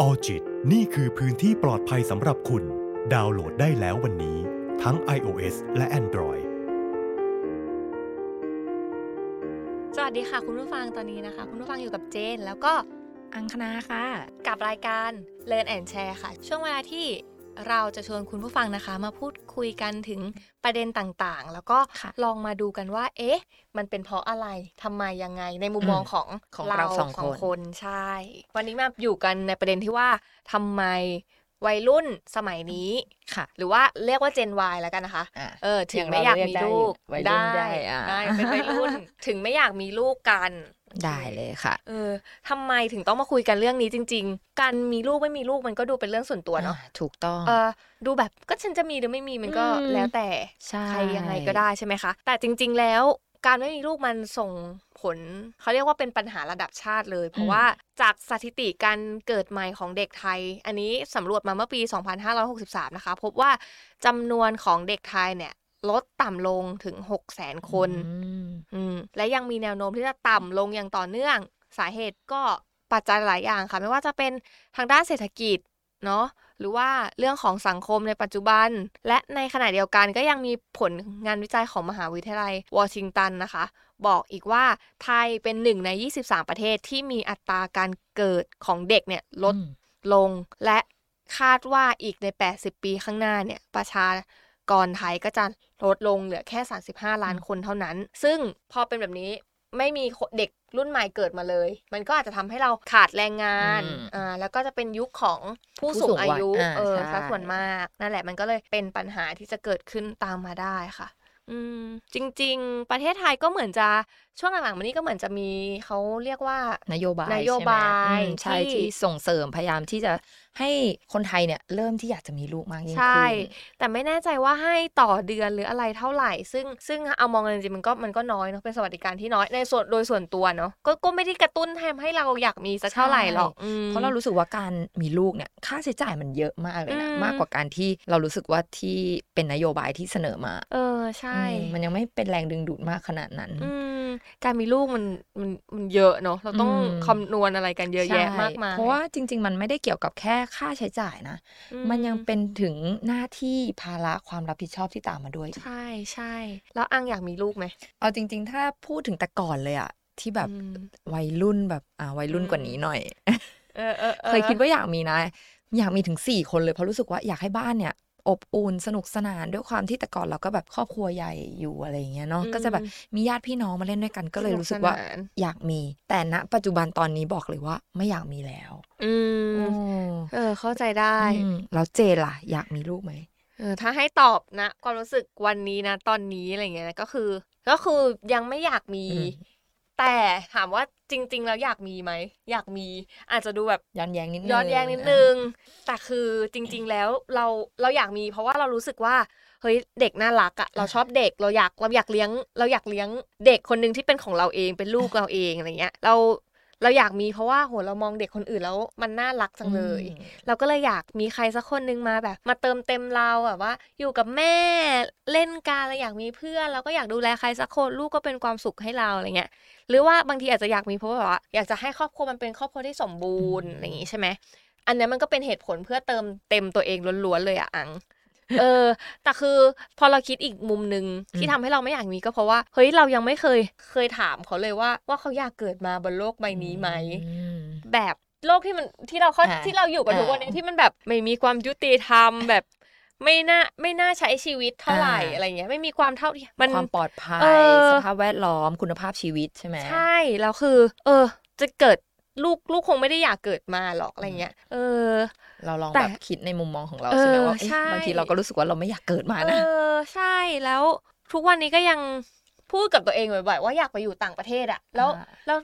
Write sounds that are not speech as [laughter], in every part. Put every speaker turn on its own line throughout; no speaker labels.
ออจิตนี่คือพื้นที่ปลอดภัยสำหรับคุณ ดาวน์โหลดได้แล้ววันนี้ ทั้ง iOS และ Android
สวัสดีค่ะ คุณผู้ฟังตอนนี้นะคะ คุณผู้ฟังอยู่กับเจน แล้วก็
อังคณาค่ะ
กับรายการ Learn and Share ค่ะ ช่วงเวลาที่เราจะชวนคุณผู้ฟังนะคะ มาพูดคุยกันถึงประเด็นต่างๆ แล้วก็
ค่ะ
ลองมาดูกันว่า เอ๊ะ มันเป็นเพราะอะไรทำไมยังไงในมุมมอง
อืม
ของ
ของเราสองคน
นใช่ วันนี้มาอยู่กันในประเด็นที่ว่าทำไมวัยรุ่นสมัยนี้
ค่ะ
หรือว่าเรียกว่า Gen Y แล้วกันนะคะ
อ่ะ
เออถึงไม่อยากมีลูก
อย่างเราเรียกได้
ได้
อ่ะ
ได้เป็นวัยรุ่น ถึงไม่อยากมีลูกกัน
ได้เลยค่ะ
เออทำไมถึงต้องมาคุยกันเรื่องนี้จริง ๆ การมีลูกไม่มีลูกมันก็ดูเป็นเรื่องส่วนตัวเนาะ
อ่าถูกต้อง
เออดูแบบก็ฉันจะมีหรือไม่มีมันก็
อืม
แล้วแต่
ใช่
ใครยังไงก็ได้ใช่ไหมคะ แต่จริง ๆ แล้วการไม่มีลูกมันส่งผลเขาเรียกว่าเป็นปัญหาระดับชาติเลย เพราะว่าจากสถิติการเกิดใหม่ของเด็กไทย อันนี้สำรวจมาเมื่อปี 2563 นะคะ พบว่าจำนวนของเด็กไทยเนี่ยลดต่ำลงถึง 6 0 0 0 0 0 คน
อืม
อืมและยังมีแนวโน้มที่จะต่ำลงอย่างต่อเนื่อง สาเหตุก็ปัจจัยหลายอย่างค่ะ ไม่ว่าจะเป็นทางด้านเศรษฐกิจเนาะหรือว่าเรื่องของสังคมในปัจจุบัน และในขณะเดียวกันก็ยังมีผลงานวิจัยของมหาวิทยาลัยวอชิงตันนะคะ บอกอีกว่าไทยเป็นหนึ่งใน 23 ประเทศที่มีอัตราการเกิดของเด็กเนี่ยลด ลงและคาดว่าอีกใน 80 ปีข้างหน้าเนี่ย ประชากรไทยก็จะลดลงเหลือแค่ 35 ล้าน
อืม
คนเท่านั้น ซึ่งพอเป็นแบบนี้ไม่มีคนเด็กรุ่นใหม่เกิดมาเลย มันก็อาจจะทำให้เราขาดแรงงาน
อืม
อ่าแล้วก็จะเป็นยุคของผู้
ผู้
สู
สู
ง
ง
อายุ
วัยอ่า
เออ
ใช่
ซะส่วนมาก นั่นแหละมันก็เลยเป็นปัญหาที่จะเกิดขึ้นตามมาได้ค่ะ อืมจริง ๆ ประเทศไทยก็เหมือนจะช่วงหลังๆมานี้ก็เหมือนจะมีเขาเรียกว่า
นโยบาย
นโยบาย
ใช่ไหมอืมใช่
ที่
ที่ส่งเสริมพยายามที่จะให้คนไทยเนี่ย เริ่มที่อยากจะมีลูกมากยิ่ง
ใช่
ขึ้น
แต่ไม่แน่ใจว่าให้ต่อเดือนหรืออะไรเท่าไหร่ ซึ่งซึ่งเอามองกันจริงๆมันก็มันก็น้อยเนาะเป็นสวัสดิการที่น้อยในส่วนโดยส่วนตัวเนาะก็ก็ไม่ได้กระตุ้นให้ให้เราอยากมีสักเท่าไหร่หรอกอืม
เพราะเรารู้สึกว่าการมีลูกเนี่ยค่าใช้จ่ายมันเยอะมากเลยนะ
อืม
มากกว่าการที่เรารู้สึกว่าที่เป็นนโยบายที่เสนอมา
เออใช่
อืมมันยังไม่เป็นแรงดึงดูดมากขนาดนั้น
อืมการมีลูกมันมันมันเยอะเนาะเราต้อง
อืม
คำนวณอะไรกันเยอะแยะ
ใช่
มากมาย
เพราะว่าจริง ๆ มันไม่ได้เกี่ยวกับแค่ค่าใช้จ่ายนะ
อื
มันยังเป็นถึงหน้าที่ภาระความรับผิดชอบที่ตามมาด้วยอีก
ใช่ใช่แล้วอังอยากมีลูกไหม
เอาจริง ๆ ถ้าพูดถึงแต่ก่อนเลยอะที่แบบ
อืม
วัยรุ่นแบบอ่าวัยรุ่น
อืม
กว่านี้หน่อย
เออเออออ
เคยคิดว่าอยากมีนะ อยากมีถึงสี่คนเลยเพราะรู้สึกว่าอยากให้บ้านเนี่ย อบอุ่นสนุกสนานด้วยความที่แต่ก่อนเราก็แบบครอบครัวใหญ่อยู่อะไรอย่างเงี้ยเนาะก็จะแบบมีญาติพี่น้องมาเล่นด้วยกัน ก็เลยรู้สึกว่า
นุนน
อยากมี แต่ณปัจจุบันตอนนี้บอกเลยว่าไม่อยากมีแล้ว
อืม
โอ้
เออ เข้าใจได้
อืมแล้วเจนล่ะ อยากมีลูกไหม
เออถ้าให้ตอบนะความรู้สึกวันนี้นะ ตอนนี้อะไรเงี้ยนะก็คือ ก็คือยังไม่อยากมี
อืม
แต่ถามว่าจริง ๆ แล้วอยากมีไหมอยากมี อาจจะดูแบบ
ย้อนแย้งนิดนึง
ย้อนแย้งนิดนึง แต่คือจริง ๆ แล้วเราเราอยากมี เพราะว่าเรารู้สึกว่าเฮ้ยเด็กน่ารักอะเราชอบเด็กเราอยากเราอยากเลี้ยง เราอยากเลี้ยงเด็กคนหนึ่งที่เป็นของเราเองเป็นลูกเราเองอะไรเงี้ย เราเราอยากมีเพราะว่าโหเรามองเด็กคนอื่นแล้วมันน่ารักจังเลย
อืม
เราก็เลยอยากมีใครสักคนหนึงมาแบบ มาเติมเต็มเราแบบว่า อยู่กับแม่เล่นกันเราอยากมีเพื่อนเราก็อยากดูแลใครสักคนลูกก็เป็นความสุขให้เราอะไรเงี้ยหรือว่าบางทีอาจจะอยากมีเพราะว่าแบบว่าอยากจะให้ครอบครัวมันเป็นครอบครัวที่สมบูรณ์
อืม
อะไรอย่างงี้ใช่ไหมอันเนี้ยมันก็เป็นเหตุผลเพื่อเติมเต็มตัวเองล้วนๆเลยอะอัง เออ แต่คือพอเราคิดอีกมุมหนึ่งที่ทำให้เราไม่อยากมีก็เพราะว่าเฮ้ยเรายังไม่เคยเคยถามเขาเลยว่า ว่าเขาอยากเกิดมาบนโลกใบนี้ไหม
อืม
แบบโลกที่มันที่เราเข้า
อ่า
ที่เราอยู่กันทุกวันนี้
อ่า
ที่มันแบบไม่มีความยุติธรรมแบบ ไม่น่าไม่น่าใช้ชีวิตเท่าไหร่
อ่า
อะไรเงี้ยไม่มีความเท่าเทียมมัน
ความปลอดภั
เอย อ
สภาพแวดล้อมคุณภาพชีวิตใช่ไหม
ใช่แล้วคือ เออ จะเกิดลูกลูกคงไม่ได้อยากเกิดมาหรอกอะไรเงี้ยเออ
เราลอง
แต่
แบบคิดในมุมมองของเราใช่ไหม
เออ
ว่าเอ๊ะ
ใช่
บางทีเราก็รู้สึกว่าเราไม่อยากเกิดมา
เอ
นะ
อใช่แล้วทุกวันนี้ก็ยังพูดกับตัวเองบ่อยๆว่าอยากไปอยู่ต่างประเทศอะแล้ว
อ่า
แล้ว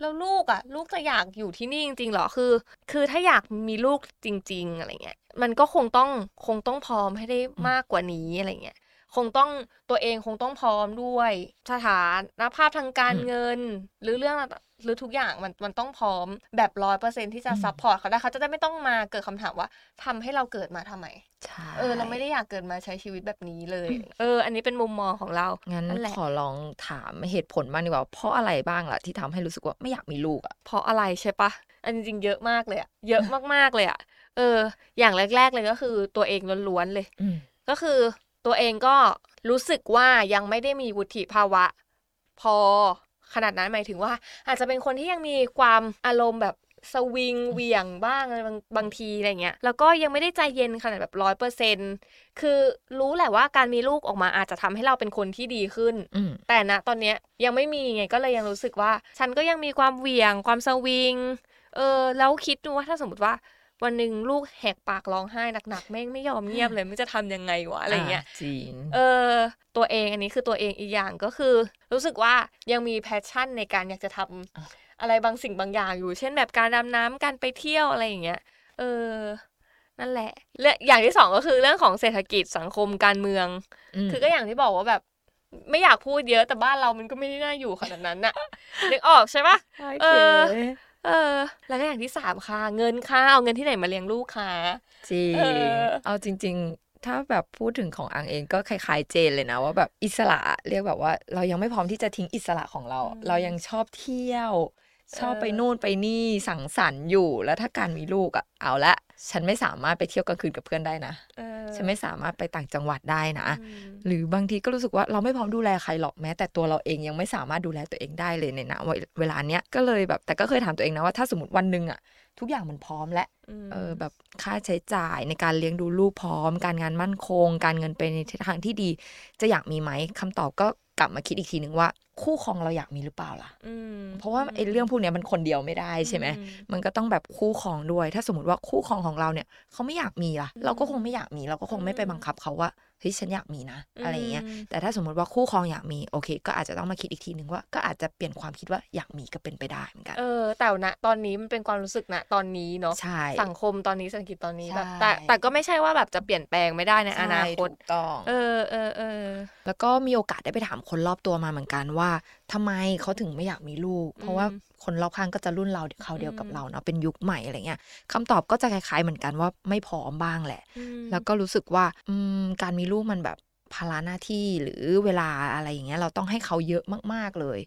แล้วลูกอะลูกจะอยากอยู่ที่นี่จริงๆเหรอคือ คือถ้าอยากมีลูกจริง ๆ อะไรเงี้ยมันก็คงต้องคงต้องพร้อมให้ได้มากกว่านี้อะไรเงี้ย คงต้องตัวเองคงต้องพร้อมด้วยสถานนภาพทางการ
อืม
เงิน หรือเรื่องหรือทุกอย่างมันมันต้องพร้อมแบบร้อยเปอร์เซ็นที่จะ
อืม
ซัพพอร์ตเขาได้เขาจะได้ไม่ต้องมาเกิดคำถามว่าทำให้เราเกิดมาทำไม
ใช่
เออเราไม่ได้อยากเกิดมาใช้ชีวิตแบบนี้เลย [laughs] เออ อันนี้เป็นมุมมองของเรา
งั้น
นั่นแหละ
ขอลองถามเหตุผลมากดีกว่า เพราะอะไรบ้างล่ะที่ทำให้รู้สึกว่าไม่อยากมีลูกอ่ะ
เพราะอะไรใช่ปะอันจริงๆเยอะมากเลยอะเยอะมากๆเลยอะเออ อย่างแรก ๆ เลยก็คือตัวเองล้วนๆเลย
อืม
ก็คือตัวเองก็รู้สึกว่ายังไม่ได้มีวุฒิภาวะ พอขนาดนั้นหมายถึงว่า อาจจะเป็นคนที่ยังมีความอารมณ์แบบสวิงเหวี่ยงบ้างอะไรบางบางทีอะไรเงี้ยแล้วก็ยังไม่ได้ใจเย็นขนาดแบบร้อยเปอร์เซ็นคือรู้แหละว่าการมีลูกออกมาอาจจะทำให้เราเป็นคนที่ดีขึ้น
อืม
แต่ณตอนเนี้ยยังไม่มีไงก็เลยยังรู้สึกว่า ฉันก็ยังมีความเหวี่ยง ความสวิง เออ แล้วคิดดูว่าถ้าสมมติว่า วันหนึ่งลูกแหกปากร้องไห้หนักๆแม่งไม่ยอมเงียบเลยไม่รู้จะทำยังไงวะอะไรเงี้ย
จริง
เออ ตัวเองอันนี้คือตัวเองอีกอย่างก็คือ รู้สึกว่ายังมีแพชชั่นในการอยากจะทำ
อ่ะ
อะไรบางสิ่งบางอย่างอยู่ เช่นแบบการดำน้ำการไปเที่ยวอะไรอย่างเงี้ยเออ นั่นแหละและอย่างที่สองก็คือเรื่องของเศรษฐกิจสังคมการเมือง
ม
คือก็อย่างที่บอกว่าแบบ ไม่อยากพูดเยอะแต่บ้านเรามันก็ไม่ได้น่าอยู่ขนาดนั้น [laughs] น่ะ นึกออกใช่ปะ เออ เออ แล้วก็อย่างที่สามค่ะ เงินค่าเอาเงินที่ไหนมาเลี้ยงลูกค่ะ
จริง
เออ
เอาจริง ๆ ถ้าแบบพูดถึงของอังเองก็คล้ายๆเจนเลยนะ ว่าแบบอิสระเรียกแบบว่า เรายังไม่พร้อมที่จะทิ้งอิสระของเรา
อืม
เรายังชอบเที่ยว ชอบไป
เออ
นู่นไปนี่สังสรรค์อยู่แล้วถ้าการมีลูกอ่ะเอาละ ฉันไม่สามารถไปเที่ยวกลางคืนกับเพื่อนได้นะ
เออ
ฉันไม่สามารถไปต่างจังหวัดได้นะ
อืม
หรือบางทีก็รู้สึกว่าเราไม่พร้อมดูแลใครหรอกแม้ แต่ตัวเราเองยังไม่สามารถดูแลตัวเองได้เลยในณเวเวลาเนี้ยก็เลยแบบแต่ก็เคยถามตัวเองนะว่าถ้าสมมติวันหนึ่งอ่ะทุกอย่างมันพร้อมและ
ม
เออแบบค่าใช้จ่ายในการเลี้ยงดูลูกพร้อม การงานมั่นคง การเงินไปในทิศทางที่ดี จะอยากมีไหมคำตอบก็กลับมาคิดอีกทีหนึ่งว่า คู่ครองเราอยากมีหรือเปล่าล่ะ
อืม
เพราะว่าไอ้เรื่องพวกเนี้ยมันคนเดียวไม่ได้ใช่ไหม
อื
มันก็ต้องแบบคู่ครองด้วย ถ้าสมมติว่าคู่ครองของเราเนี่ยเขาไม่อยากมีล่ะ เราก็คงไม่อยากมีเราก็คงไม่ไปบังคับเขาว่าเฮ้ยฉันอยากมีนะ อะไรอย่างเงี้ยแต่ถ้าสมมติว่าคู่ครองอยากมีโอเค ก็อาจจะต้องมาคิดอีกทีหนึ่งว่าก็อาจจะเปลี่ยนความคิดว่าอยากมีก็เป็นไปได้เหมือนกัน
เออ แต่ณตอนนี้มันเป็นความรู้สึกณตอนนี้เนาะ
ใช่
สังคมตอนนี้เศรษฐกิจตอนนี้แบบ
ใช่
แต่แต่ก็ไม่ใช่ว่าแบบจะเปลี่ยนแปลงไม่ได้ในอนาคต
ใช่ถูกต้อง
เออเออเออ
แล้วก็มีโอกาสได้ไปถามคนรอบตัวมาเหมือนกันว่าทำไมเขาถึงไม่อยากมีลูก เพราะว่า
อืม
คนรอบข้างก็จะรุ่นเราเขาวเดียวกับ
อืม
เราเนาะเป็นยุคใหม่อะไรเงี้ยคำตอบก็จะคล้ายๆเหมือนกันว่าไม่พร้อมบ้างแหละ
อืม
แล้วก็รู้สึกว่าอืมการมีลูกมันแบบภาระหน้าที่หรือเวลาอะไรอย่างเงี้ยเราต้องให้เขาเยอะมากๆเลย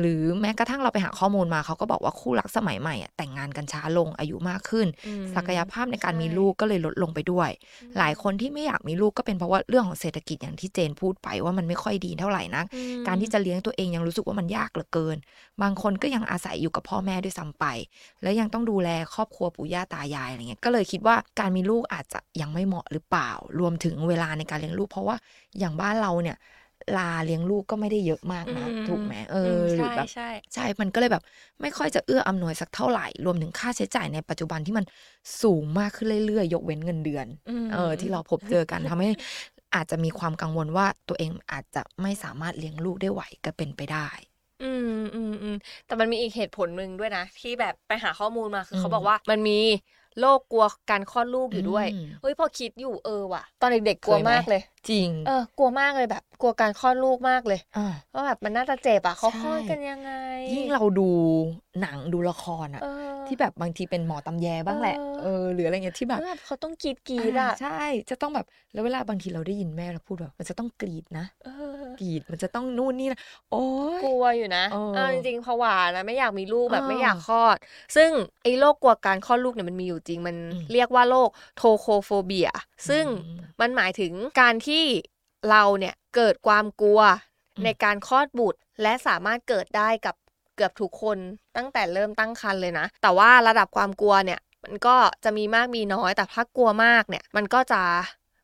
หรือแม้กระทั่งเราไปหาข้อมูลมาเขาก็บอกว่าคู่รักสมัยใหม่อะแต่งงานกันช้าลงอายุมากขึ้น
อืม
ศักยภาพในการมี
ใช่
ลูกก็เลยลดลงไปด้วย หลายคนที่ไม่อยากมีลูกก็เป็นเพราะว่าเรื่องของเศรษฐกิจอย่างที่เจนพูดไปว่ามันไม่ค่อยดีเท่าไหร่นัก
อืม
การที่จะเลี้ยงตัวเองยังรู้สึกว่ามันยากเหลือเกิน บางคนก็ยังอาศัยอยู่กับพ่อแม่ด้วยซ้ำไป แล้วยังต้องดูแลครอบครัวปู่ย่าตายายอะไรเงี้ยก็เลยคิดว่าการมีลูกอาจจะยังไม่เหมาะหรือเปล่า รวมถึงเวลาในการเลี้ยงลูก เพราะว่าอย่างบ้านเราเนี่ยลาเลี้ยงลูกก็ไม่ได้เยอะมากนะ
อืม
ถูกไหมเอ
อื
อ
ม
หรือ
ใช่
แบบ
ใช่
ใช่ มันก็เลยแบบไม่ค่อยจะเอื้ออำนวยสักเท่าไหร่ รวมถึงค่าใช้จ่ายในปัจจุบันที่มันสูงมากขึ้นเรื่อยๆ ยกเว้นเงินเดือน
อืม
เออ ที่เราพบเจอกัน ทำให้อาจจะมีความกังวลว่าตัวเองอาจจะไม่สามารถเลี้ยงลูกได้ไหวก็เป็นไปได้
อืมอืมอืมแต่มันมีอีกเหตุผลหนึ่งด้วยนะ ที่แบบไปหาข้อมูลมาคือ
อืม
เขาบอกว่ามันมีโรคกลัวการคลอดลูกอยู่ด้วย
อืม
เฮ้ยพอคิดอยู่เออว่ะ ตอนเด็กๆกลัว
เคยไหม
มากเลย
จริง
เออกลัวมากเลยแบบ กลัวการคลอดลูกมากเลย
อ่า
ว่าแบบมันน่าจะเจ็บอ่ะเขาค
ใช่
ลอดกันยังไง
ยิ่งเราดูหนังดูละครอะ
เออ
ที่แบบบางทีเป็นหมอตำแยบ้างแหละ
เออ
เออ หรืออะไรเงี้ยที่แบบ
แล้วแบบเขาต้องกรีดกรีดอ่ะ
อ่าใช่ จะต้องแบบแล้วเวลาบางทีเราได้ยินแม่เราพูดแบบมันจะต้องกรีดนะ
เออก
รีด มันจะต้องนู่นนี่นะ โอ้ย
กลัวอยู่นะ
เออ
เอาจริงๆผวานะไม่อยากมีลูกแบบ
เออ
ไม่อยากคลอด ซึ่งไอ้โรคกลัวการคลอดลูกเนี่ยมันมีอยู่จริงมัน
อืม
เรียกว่าโรคโทโคโฟเบีย ซึ่ง
อืม
มันหมายถึงการที่เราเนี่ยเกิดความกลัว
อืม
ในการคลอดบุตร และสามารถเกิดได้กับเกือบทุกคนตั้งแต่เริ่มตั้งครรภ์เลยนะ แต่ว่าระดับความกลัวเนี่ยมันก็จะมีมากมีน้อย แต่ถ้ากลัวมากเนี่ยมันก็จะ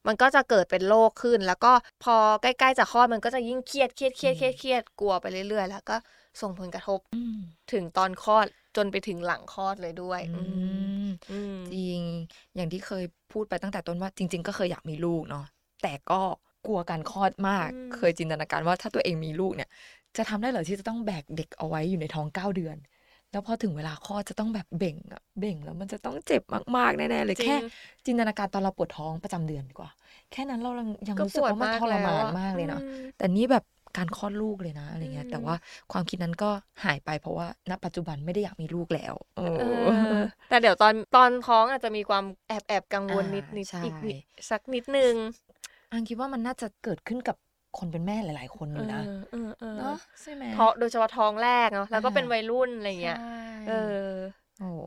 มันก็จะเกิดเป็นโรคขึ้น แล้วก็พอใกล้ๆจะคลอดมันก็จะยิ่งเครียดเครียดเครียดเครียดเครียดกลัวไปเรื่อยๆ แล้วก็ส่งผลกระทบ
อืม
ถึงตอนคลอดจนไปถึงหลังคลอดเลยด้วย อืมอืม
จริง อย่างที่เคยพูดไปตั้งแต่ต้นว่าจริง ๆ ก็เคยอยากมีลูกเนาะแต่ก็กลัวการคลอดมาก
อืม
เคยจินตนาการว่าถ้าตัวเองมีลูกเนี่ย จะทำได้เหรอที่จะต้องแบกเด็กเอาไว้อยู่ในท้องเก้าเดือน แล้วพอถึงเวลาคลอดจะต้องแบบเบ่งอะเบ่งแล้วมันจะต้องเจ็บมากๆแน่ๆเลย
จริง
แค่ จินตนาการตอนเราปวดท้องประจำเดือนดีกว่า แค่นั้นเรายังรู้สึกว่ามันทรมาน
แล้วอะ
มากเลยเนาะ
อืม
แต่นี่แบบการคลอดลูกเลยนะอะไรเงี้ย
อืม
แต่ว่าความคิดนั้นก็หายไปเพราะว่าณปัจจุบันไม่ได้อยากมีลูกแล้วเออ
เออแต่เดี๋ยวตอนตอนท้องอาจจะมีความแอบแอบกังวลนิดนิด
อ่า
อีกนิด
ใช่
สักนิดนึง
อังคิดว่ามันน่าจะเกิดขึ้นกับคนเป็นแม่หลาย ๆ คนอยู่นะ
เออเออเออ
เนาะใช่ไหม
ท้องโดยเฉพาะท้องแรกเนาะแล้วก็
อ่า
เป็นวัยรุ่นอะไรเงี้ย
ใช่
เออ
โอ้โห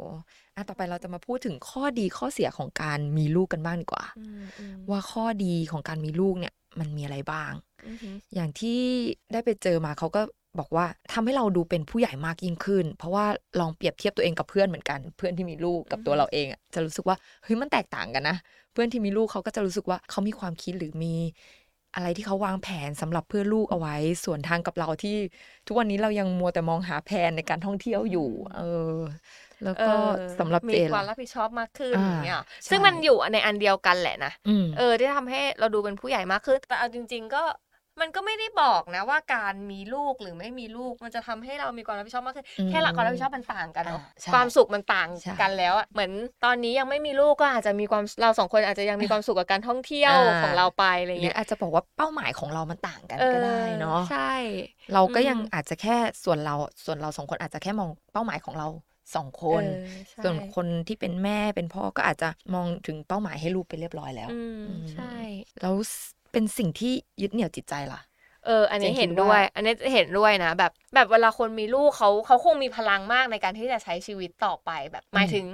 อ่ะต่อไปเราจะมาพูดถึงข้อดีข้อเสียของการมีลูกกันบ้างดีกว่า
อืมอืม
ว่าข้อดีของการมีลูกเนี่ยมันมีอะไรบ้าง
อือหือ
อย่างที่ได้ไปเจอมาเขาก็บอกว่าทำให้เราดูเป็นผู้ใหญ่มากยิ่งขึ้น เพราะว่าลองเปรียบเทียบตัวเองกับเพื่อนเหมือนกัน เพื่อนที่มีลูกกับ
อืม
ตัวเราเองอะจะรู้สึกว่าเฮ้ยมันแตกต่างกันนะ เพื่อนที่มีลูกเขาก็จะรู้สึกว่าเขามีความคิดหรือมี อะไรที่เขาวางแผนสำหรับเพื่อลูกเอาไว้ ส่วนทางกับเราที่ทุกวันนี้เรายังมัวแต่มองหาแผนในการท่องเที่ยวอยู่ เออ แล้วก็
เออ
สำหรับ
มี
เจน
ความ
ล่ะ
รับผิดชอบมากขึ้น
อ่า
อย่างเงี้ย
ใช่
ซึ่งมันอยู่ในอันเดียวกันแหละนะ
อืม
เออที่ทำให้เราดูเป็นผู้ใหญ่มากขึ้น แต่เอาจริง ๆ ก็มันก็ไม่ได้บอกนะว่าการมีลูกหรือไม่มีลูกมันจะทำให้เรามีความรับผิดชอบมากขึ้น
อืม
แค่ละความรับผิดชอบมันต่างกันเนาะ
อ่าใช่
ความสุขมันต่าง
ใช่
กันแล้วอะเหมือนตอนนี้ยังไม่มีลูกก็อาจจะมีความเราสองคนอาจจะยังมีความสุขกับการท่องเที่ยว
อ่า
ของเราไปอะไร
หรือ
เงี้ย
อาจจะบอกว่าเป้าหมายของเรามันต่างกันก็ได้เนาะ
ออใช่
เราก็ยัง
อืม
อาจจะแค่ส่วนเราส่วนเราสองคนอาจจะแค่มองเป้าหมายของเราสองคน
เออใช่
ส่วนคนที่เป็นแม่เป็นพ่อก็อาจจะมองถึงเป้าหมายให้ลูกไปเรียบร้อยแล้ว
อืม
อืม
ใช่
แล้วเป็นสิ่งที่ยึดเหนี่ยวจิตใจล่ะ
เออ อันนี้
เจนคิด
เห็นด้วย
ว่า
อันนี้เห็นด้วยนะ แบบ แบบเวลาคนมีลูกเขาเขาคงมีพลังมากในการที่จะใช้ชีวิตต่อไป แบบหมายถึง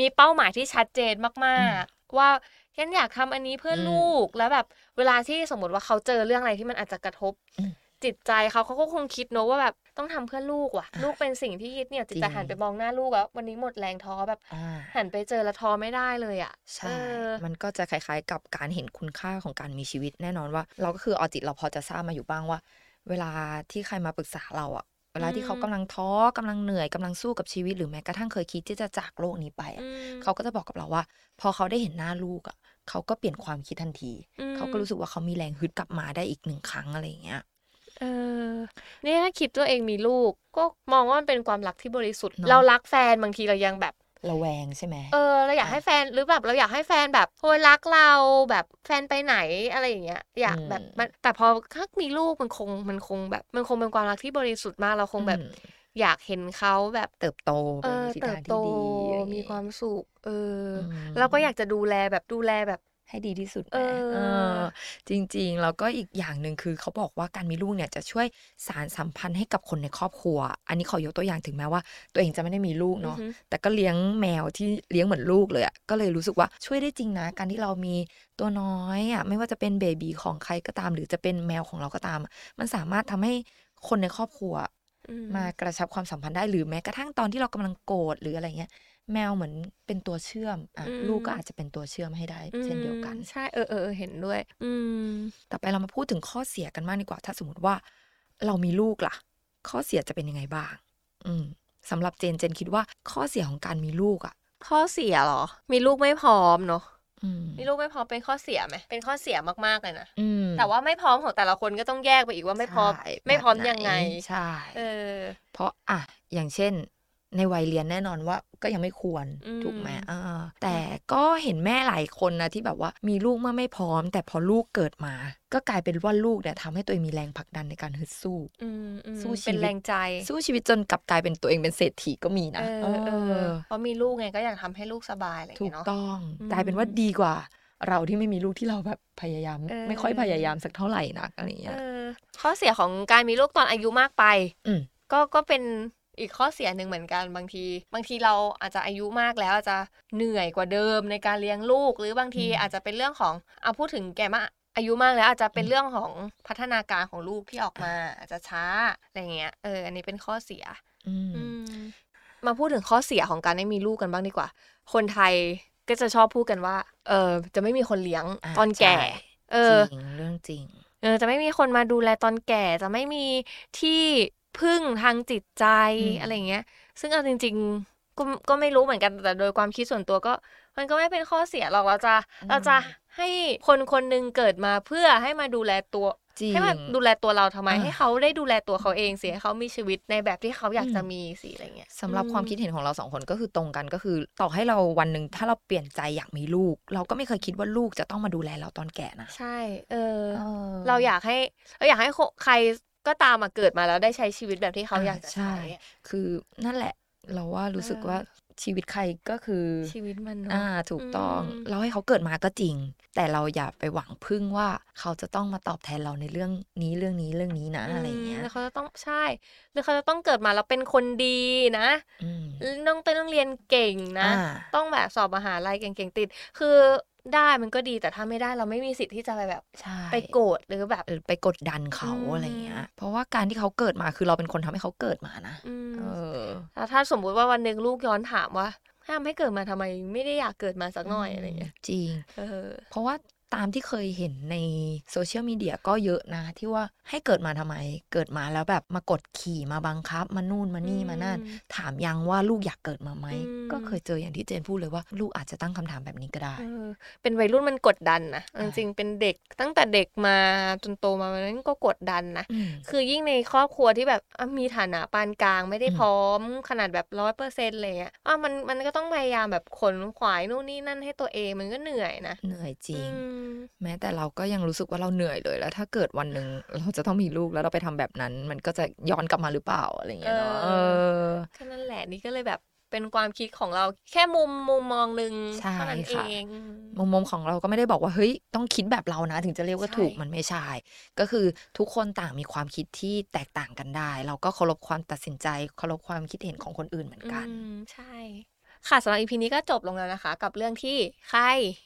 มีเป้าหมายที่ชัดเจนมากๆ ว่าฉันอยากทำอันนี้เพื่ออ
ม
ลูกแล้วแบบเวลาที่สมมติว่าเขาเจอเรื่องอะไรที่มันอาจจะกระทบ
อืม
จิตใจเขาเขาก็คงคิดเนอะว่าแบบต้องทำเพื่อลูกว่ะ
อ่ะ
ลูกเป็นสิ่งที่ยึดเนี่ยจิตใจ
จริง
หันไปมองหน้าลูกแล้ววันนี้หมดแรงท้อแบบ
อ่า
หันไปเจอและท้อไม่ได้เลยอ่ะ
ใช่
เออ
มันก็จะคล้ายๆ กับการเห็นคุณค่าของการมีชีวิตแน่นอนว่า เราก็คือเอาจิตเราพอจะทราบมาอยู่บ้างว่า เวลาที่ใครมาปรึกษาเราอะเวลาที่เขากำลังท้อกำลังเหนื่อยกำลังสู้กับชีวิตหรือแม้กระทั่งเคยคิดที่จะจากโลกนี้ไปอะ
อืม
เขาก็จะบอกกับเราว่า พอเขาได้เห็นหน้าลูกอ่ะเขาก็เปลี่ยนความคิดทันที
อืม
เขาก็รู้สึกว่าเขามีแรงฮึดกลับมาได้อีกหนึ่งครั้งอะไรอย่างเงี้ย
เออเนี่ยถ้าคิดตัวเองมีลูก ก็มองว่ามันเป็นความรักที่บริสุทธิ์
เนอะ
เรารักแฟนบางทีเรายังแบบ
ระแวงใช่ไหม
เออเราอยาก
อ่ะ
ให้แฟนหรือแบบเราอยากให้แฟนแบบโอ้ยรักเราแบบแฟนไปไหนอะไรอย่างเงี้ยอยาก
อืม
แบบมันแต่พอถ้ามีลูกมันคงมันคงแบบ มันคงเป็นความรักที่บริสุทธิ์มากเราคงแบบ
อืม
อยากเห็นเขาแบบ
เติบโต
เอ
ไป
อ
ใน
เติบ
ทิศทาง
โต
ที่ดีอะไรอย่าง
มี
เงี้ย
ความสุขเออ
อื
อ
ม
แล้วก็อยากจะดูแลแบบดูแลแบบ
ให้ดีที่สุดนะ
เออ
เออ จริงๆแล้วก็อีกอย่างหนึ่งคือเขาบอกว่าการมีลูกเนี่ยจะช่วยสารสัมพันธ์ให้กับคนในครอบครัว อันนี้ขอยกตัวอย่างถึงแม้ว่า ตัวเองจะไม่ได้มีลูก
อือ
เนาะ
ฮึ
แต่ก็เลี้ยงแมวที่เลี้ยงเหมือนลูกเลยอะก็เลยรู้สึกว่าช่วยได้จริงนะ การที่เรามีตัวน้อยอะไม่ว่าจะเป็นเบบีของใครก็ตาม หรือจะเป็นแมวของเราก็ตามอะมันสามารถทำให้คนในครอบครัว
อืม
มากระชับความสัมพันธ์ได้หรือแม้กระทั่งตอนที่เรากำลังโกรธหรืออะไรเงี้ย แมวเหมือนเป็นตัวเชื่อมอะ
อืม
ลูกก็อาจจะเป็นตัวเชื่อมให้ได้ เช่นเดียวกัน
อืมใช่เออเออเออเห็นด้วย อืม
ต่อไปเรามาพูดถึงข้อเสียกันบ้างดีกว่า ถ้าสมมติว่าเรามีลูกล่ะ ข้อเสียจะเป็นยังไงบ้าง อืมสำหรับเจนเจนคิดว่าข้อเสียของการมีลูกอะ
ข้อเสียเหรอ มีลูกไม่พร้อมเนอะ
อืม
มีลูกไม่พร้อมเป็นข้อเสียไหม เป็นข้อเสียมากๆเลยนะ
อืม
แต่ว่าไม่พร้อมของแต่ละคนก็ต้องแยกไปอีกว่าไม่พร้อม
ใช่
ไม่พร้อม
แบบหน
ยังไง
ใช่
เออ
เพราะอ่ะอย่างเช่น ในวัยเรียนแน่นอนว่าก็ยังไม่ควร
อืม
ถูกไหมเออแต่ก็เห็นแม่หลายคนนะที่แบบว่ามีลูกเมื่อไม่พร้อม แต่พอลูกเกิดมา ก็กลายเป็นว่าลูกเนี่ยทำให้ตัวเองมีแรงผลักดันในการฮึดสู้
อืมอืม
สู้ชีวิต
เป็นแรงใจ
สู้ชีวิตจนกลับกลายเป็นตัวเองเป็นเศรษฐีก็มีนะ
เออเออเพราะมีลูกไงก็อยากทำให้ลูกสบายอะไรอย่าง
ถู
เงี้ย
ก
เนาะ
ต้อง
อืม
กลายเป็นว่าดีกว่า เราที่ไม่มีลูกที่เราแบบพยายาม
เออ
ไม่ค่อยพยายามสักเท่าไหร่นักอะไรอย่างเงี้
เอย อ ข้อเสียของการมีลูกตอนอายุมากไป
อืม
ก็ก็เป็นอีกข้อเสียหนึ่งเหมือนกันบางที บางทีเราอาจจะอายุมากแล้วอาจจะเหนื่อยกว่าเดิมในการเลี้ยงลูก หรือบางที
อืม
อาจจะเป็นเรื่องของเอาพูดถึงแก่มากอายุมากแล้วอาจจะเป็น
อืม
เรื่องของพัฒนาการของลูกที่ออกมา อาจจะช้าอะไรเงี้ยเอออันนี้เป็นข้อเสีย
อืม
อืมมาพูดถึงข้อเสียของการไม่มีลูกกันบ้างดีกว่า คนไทยก็จะชอบพูดกันว่า เออจะไม่มีคนเลี้ยง
อ่า
ตอนแก่
ใช่
เอ
จ
อ
ริงเรื่องจริง
เออจะไม่มีคนมาดูแลตอนแก่จะไม่มีที่พึ่งทางจิตใจ
อืม
อะไรเงี้ย ซึ่งเอาจริง ๆ ก็ก็ไม่รู้เหมือนกันแต่โดยความคิดส่วนตัวก็ มันก็ไม่เป็นข้อเสียหรอกเราจะเราจะให้คนคนหนึ่งเกิดมาเพื่อให้มาดูแลตัว
จริง
ให้มันดูแลตัวเราทำไม
อ่า
ให้เขาได้ดูแลตัวเขาเองสิให้เขามีชีวิตในแบบที่เขาอยากจะมีสิอะไรเงี้ย
สำหรับความคิดเห็นของเราสองคนก็คือตรงกันก็คือ ต่อให้เราวันหนึ่งถ้าเราเปลี่ยนใจอยากมีลูก เราก็ไม่เคยคิดว่าลูกจะต้องมาดูแลเราตอนแก่นะ
ใช่ เออ เราอยากให้เราอยากให้ใครก็ตามมาเกิดมาแล้วได้ใช้ชีวิตแบบที่เขาอยากจะใช้
ใช่
อะ
คือนั่นแหละ เราว่ารู้สึกว่าชีวิตใครก็คือ
ชีวิตมันเนอะ
อ่าถูกต้อง
อืม
เราให้เขาเกิดมาก็จริง แต่เราอย่าไปหวังพึ่งว่าเขาจะต้องมาตอบแทนเราในเรื่องนี้เรื่องนี้เรื่องนี้นะอะไรอย่างเงี้
ม
ย
แล้วเขาจะต้องใช่ หรือเขาจะต้องเกิดมาแล้วเป็นคนดีนะ
อืม
ต้องต้องเรียนเก่งนะ
อ่า
ต้องแบบสอบมหาลัยเก่งๆติด คือได้มันก็ดีแต่ถ้าไม่ได้เราไม่มีสิทธิ์ที่จะไปแบบ
ใช่
ไปโกรธหรือแบบ
เออไปกดดันเขา
อืม
อะไรอย่างเงี้ย เพราะว่าการที่เขาเกิดมาคือเราเป็นคนทำให้เขาเกิดมานะ
อืม
เออ
แล้วถ้าสมมุติว่าวันหนึ่งลูกย้อนถามว่าห้ามให้เกิดมาทำไมไม่ได้อยากเกิดมาสักหน่อยอะไรเงี้ย
จริง
เออ
เพราะว่าตามที่เคยเห็นในโซเชียลมีเดียก็เยอะนะ ที่ว่าให้เกิดมาทำไม เกิดมาแล้วแบบมากดขี่มาบังคับ มานู่นมานี่มานั่น
อืม
ถามยังว่าลูกอยากเกิดมาไหม
อืม
ก็เคยเจออย่างที่เจนพูดเลยว่า ลูกอาจจะตั้งคำถามแบบนี้ก็ได้
เออเป็นวัยรุ่นมันกดดันนะเอาจ
ใช่
ริงๆเป็นเด็กตั้งแต่เด็กมาจนโตมามันก็กดดันนะ
อืม
คือยิ่งในครอบครัวที่แบบอ่ะมีฐานะปานกลางไม่ได้
อืม
พร้อมขนาดแบบร้อยเปอร์เซ็นต์อะไรเงี้ยอ่ะมันมันก็ต้องพยายามแบบขนขวายนู่นนี่นั่นให้ตัวเองมันก็เหนื่อยนะ
เหนื่อยจริง
อืม
แม้แต่เราก็ยังรู้สึกว่าเราเหนื่อยเลย แล้วถ้าเกิดวันหนึ่งเราจะต้องมีลูกแล้วเราไปทำแบบนั้น มันก็จะย้อนกลับมาหรือเปล่าอะไรอย่างเงี้ยเนาะเออ
แค่นั้นแหละนี่ก็เลยแบบเป็นความคิดของเราแค่มุมมุมมองหนึ่ง
ใช่
เท่านั้นเอ
ค่ะ
ง
มุมมองของเราก็ไม่ได้บอกว่าเฮ้ยต้องคิดแบบเรานะ ถึงจะเรียกว่า
ใช่
ถูกมันไม่ใช่ ก็คือทุกคนต่างมีความคิดที่แตกต่างกันได้ เราก็เคารพความตัดสินใจเคารพความคิดเห็นของคนอื่นเหมือนกัน
อืมใช่ ค่ะสำหรับ EP นี้ก็จบลงแล้วนะคะ กับเรื่องที่ใคร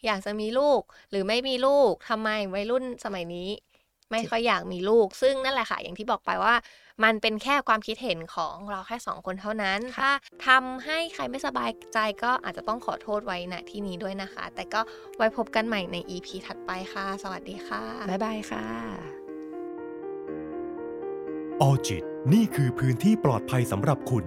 อยากจะมีลูก หรือไม่มีลูกทำไมวัยรุ่นสมัยนี้ ไม่ค่อยอยากมีลูก ซึ่งนั่นแหละค่ะ อย่างที่บอกไปว่า มันเป็นแค่ความคิดเห็นของเราแค่สองคนเท่านั้น ถ้าทำให้ใครไม่สบายใจก็อาจจะต้องขอโทษไว้ณที่นี้ด้วยนะคะ แต่ก็ไว้พบกันใหม่ใน EP ถัดไปค่ะ สวัสดีค่ะ
บ๊ายบายค่ะ
ออจิตนี่คือพื้นที่ปลอดภัยสำหรับคุณ